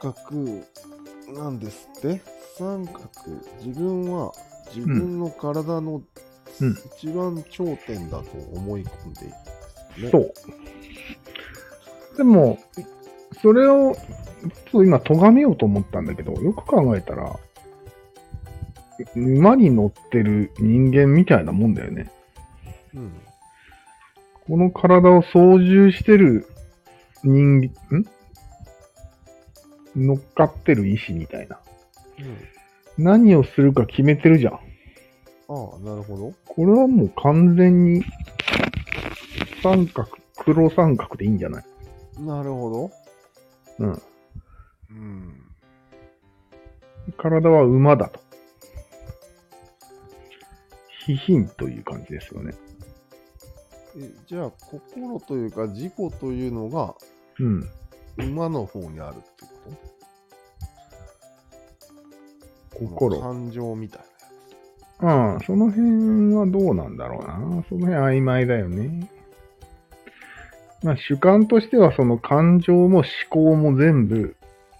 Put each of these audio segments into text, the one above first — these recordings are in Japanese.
角なんですって三角自分は自分の体のうん一番頂点だと思い込んでいる、ねそう。でも、それを、ちょっと今、咎めようと思ったんだけど、よく考えたら、馬に乗ってる人間みたいなもんだよね。うんこの体を操縦してる人間、ん乗っかってる意志みたいな。うん、何をするか決めてるじゃん。ああなるほどこれはもう完全に、三角、黒三角でいいんじゃないなるほうどん。うん。体は馬だと。非品という感じですよね。えじゃあ、心というか、自己というのが、うん。馬の方にあるってこと心。感情みたいなやああ、その辺はどうなんだろうな。その辺曖昧だよね。まあ主観としてはその感情も思考も全部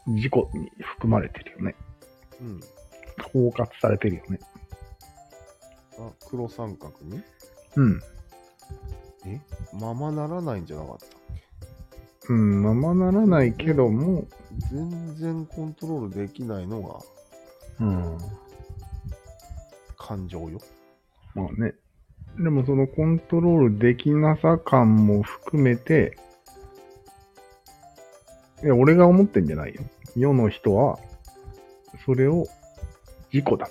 自己に含まれてるよね。つ。うん。包括されてるよね。あ、黒三角にうん。えままならないんじゃなかったうん、ままならないけども、全然コントロールできないのがうん。感情よ。まあね。でもそのコントロールできなさ感も含めて、いや、俺が思ってんじゃないよ。世の人は、それを事故だ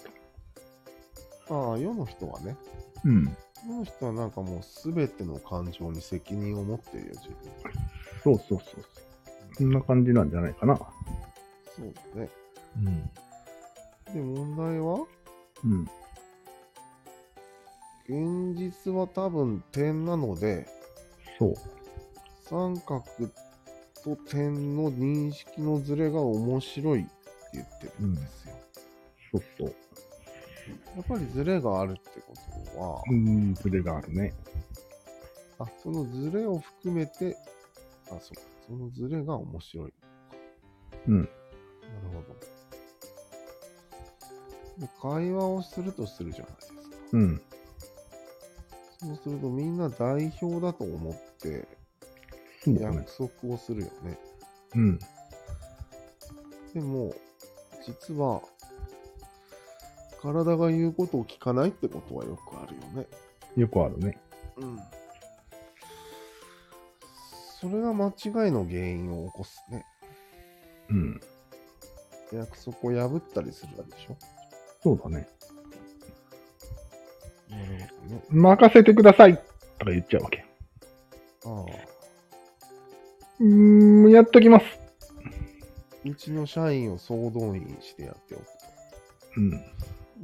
と。ああ、世の人はね。うん。世の人はなんかもう全ての感情に責任を持ってるよ、自分。そうそうそうそう。そんな感じなんじゃないかな。そうだね。うん。で、問題はうん。現実は多分点なので、そう。三角と点の認識のズレが面白いって言ってるんですよ。そうそう。やっぱりズレがあるってことは、うん、ズレがあるね。あそのズレを含めて、あ、そうか、そのズレが面白い。うんなるほど。で会話をするとするじゃないですか。うん。そうするとみんな代表だと思ってそうだね約。束をするよね。うん。でも、実は、体が言うことを聞かないってことはよくあるよね。よくあるね。うん。それが間違いの原因を起こすね。うん。約束を破ったりするわけでしょ。そうだね。なるほどね。任せてくださいとか言っちゃうわけ。ああ、うーん、やっときます。うちの社員を総動員してやっておくと。うん。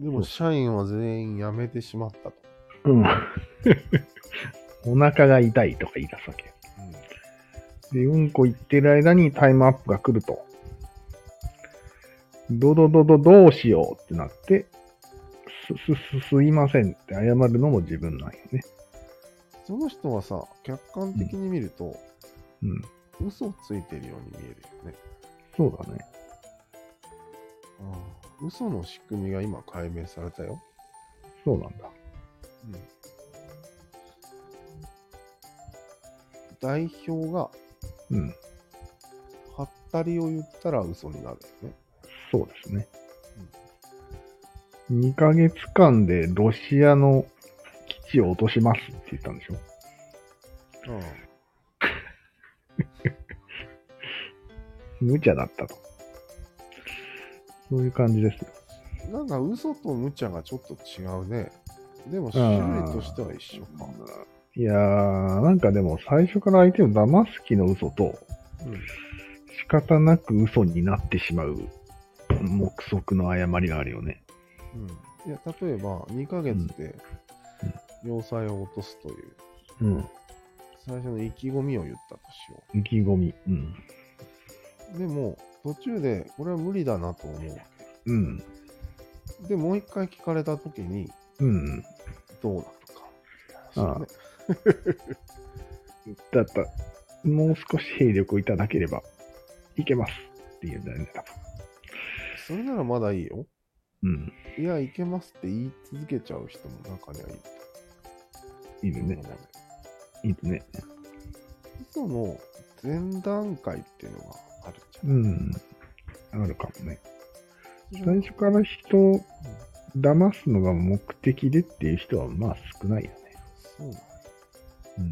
でも、社員は全員辞めてしまったと。うん。お腹が痛いとか言い出すわけ。うん。で、うんこ言ってる間にタイムアップが来ると。どどどどどうしようってなって、す、す、す、すいませんって謝るのも自分なんよね。その人はさ、客観的に見ると、うん。嘘をついてるように見えるよね。そうだね。嘘の仕組みが今解明されたよ。そうなんだ。代表が、うん。はったりを言ったら嘘になるよね。そうですね。2ヶ月間でロシアの基地を落としますって言ったんでしょ無茶だったと。そういう感じですよ。なんか嘘と無茶がちょっと違うね。でも種類としては一緒か。いやー、なんかでも最初から相手を騙す気の嘘と、うん仕方なく嘘になってしまう目測の誤りがあるよね。うん、いや例えば2ヶ月で要塞を落とすといううん。最初の意気込みを言ったとしよ意気込み。うん。う。でも途中でこれは無理だなと思うわうん。け。でもう一回聞かれた時にうん。どうなるかって話だね。だったらもう少し兵力をいただければ、いけます。って言うんだよね、多分。それならまだいいよ。うん。いや、いけますって言い続けちゃう人も中にはいる。いるね。いるね。嘘の前段階っていうのがあるじゃん。うん。あるかもね。最初から人を騙すのが目的でっていう人はまあ少ないよね。そうなんうん。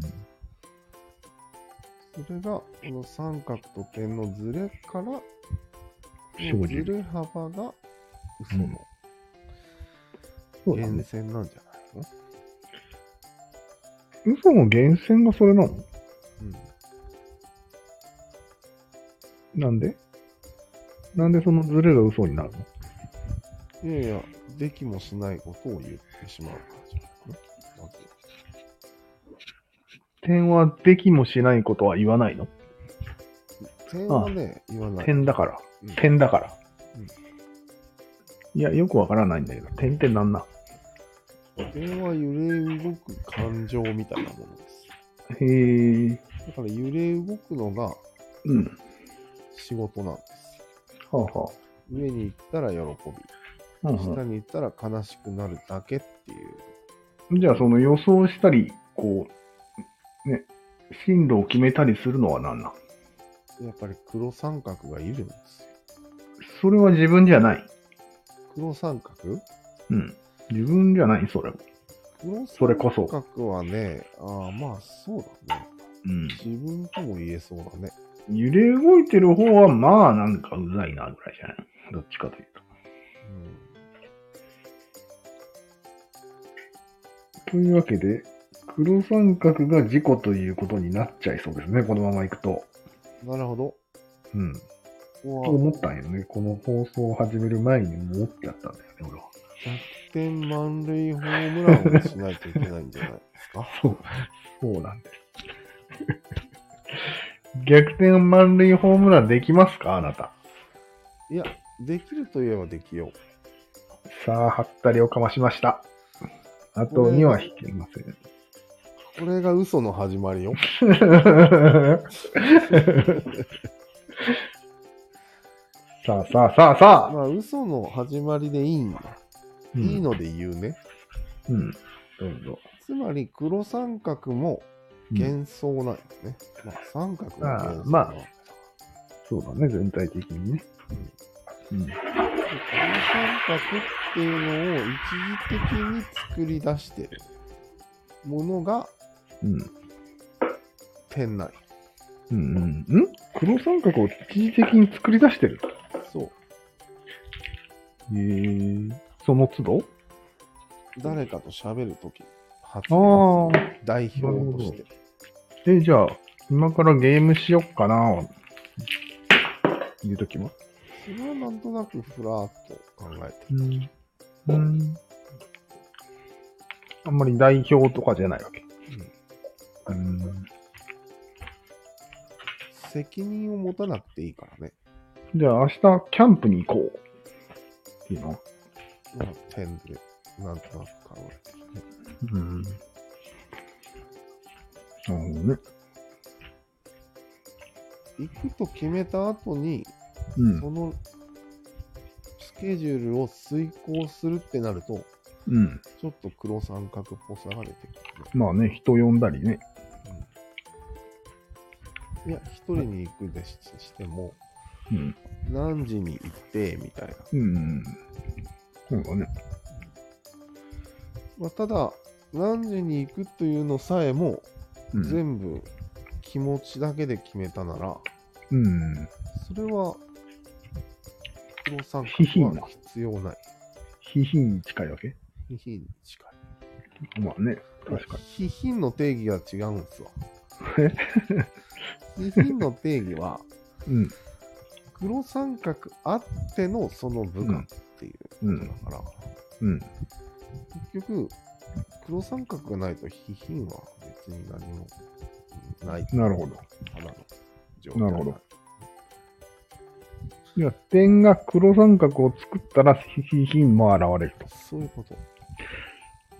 それが、この三角と点のズレから、生ズじる。レ幅が嘘のそうだ源ね。泉なんじゃないの嘘の源泉がそれなうのん。なんでなんでそのズレが嘘になるのいやいや、できもしないことを言ってしまうからじゃないの点はできもしないことは言わないの点はね、言わない。点だから。うん点だからうん。いや、よくわからないんだけど、点ってなんなん点は揺れ動く感情みたいなものです。へえ。だから揺れ動くのがうん。仕事なんですよ。はあは上に行ったら喜び、あ。うん下に行ったら悲しくなるだけっていう。うん、じゃあ、その予想したり、こう、ね、進路を決めたりするのは何なんやっぱり黒三角がいるんですよ。それは自分じゃない。黒三角うん。自分じゃない、それは。黒それこそ三角はね、ああ、まあそうだね。うん。自分とも言えそうだね。揺れ動いてる方は、まあ、なんかうざいな、ぐらいじゃないどっちかといううんと。というわけで、黒三角が事故ということになっちゃいそうですね、このままいくと。なるほど。うん。こことは思ったんよね。この放送を始める前に思っちゃったんだよね、俺は。逆転満塁ホームランをしないといけないんじゃない ですかそう、そうなんです。 逆転満塁ホームランできますかあなた。いや、できるといえばできよう。さあ、はったりをかましました。あとには引けません。これが嘘の始まりよ。 さあさあさあさあ、まあ、嘘の始まりでいいんだ。うん、いいので言うね。うん。どうぞ。つまり、黒三角もうん幻想なんよね。まあ、三角も幻想なあんあまあそうだね、全体的にね。うん。黒三角っていうのを一時的に作り出してるものがうん。点内。うん。うん。ん黒三角を一時的に作り出してる。そう。へえ。その都度誰かと喋るとき、発あ言あ。代表として。え、じゃあ、今からゲームしよっかな言うときはそれはなんとなくふらーっと考えてる。うん。うん。あんまり代表とかじゃないわけ。うん。責任を持たなくていいからね。じゃあ、明日、キャンプに行こう。っていうのまあ、点で、なんとなく考えてるね。うん。なるほどね。行くと決めた後に、うん。そのスケジュールを遂行するってなると、うん。ちょっと黒三角っぽさが出てくるね。まあね、人呼んだりね。いや、一人に行くでししても、うん。何時に行って、みたいな。うん。そうだね。まあ、ただ、何時に行くというのさえも、うん。全部気持ちだけで決めたなら、うん。それは、黒三ひひい角なは必要ない。ヒヒに近いわけひひに近い。まあね、確かひひんの定義が違うん ですわ。えひひんの定義は、に。うん。黒三角あってのその部下っていうことだから、うん。結局、黒三角がないとひひんは別に何もうんない。なるほど。花の状態。なるほど。いや、点が黒三角を作ったら、ヒヒヒンも現れると。そういうこと。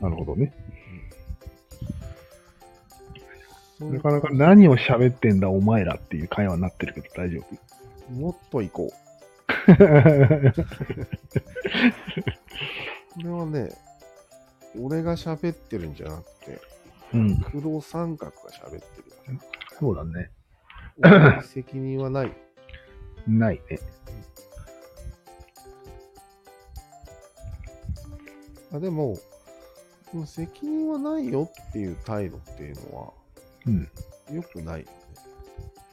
なるほどね。そういうなかなか何を喋ってんだ、お前らっていう会話になってるけど大丈夫。もっと行こう。 これはね、俺が喋ってるんじゃなくて、うん。黒三角が喋ってるだそうだね。け。俺に責任はない。ないね。あでも、この責任はないよっていう態度っていうのは、うん。良くないよ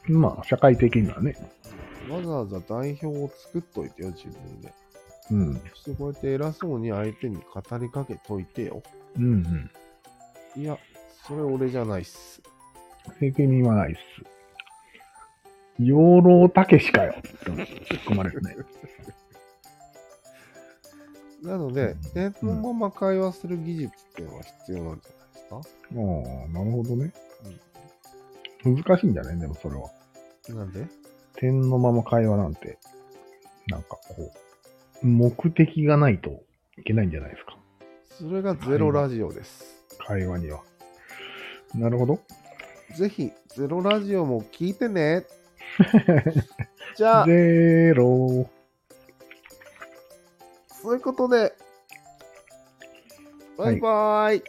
ね。まあ、社会的にはね。わざわざ代表を作っといてよ、自分で。うん。そしてこうやって偉そうに相手に語りかけといてよ。うんうん。いや、それ俺じゃないっす。責任はないっす。養老たけしかよって突っ込まれるね。なので、で、そのまま会話する技術っていうのは必要なんじゃないですか、ああ、なるほどね。難しいんじゃないでもそれは。なんで点のまま会話なんて、なんかこう、目的がないといけないんじゃないですか。それがゼロラジオです。会話には。なるほど。ぜひ、ゼロラジオも聞いてね。じゃあ、ゼロ。そういうことで、バイバーイ。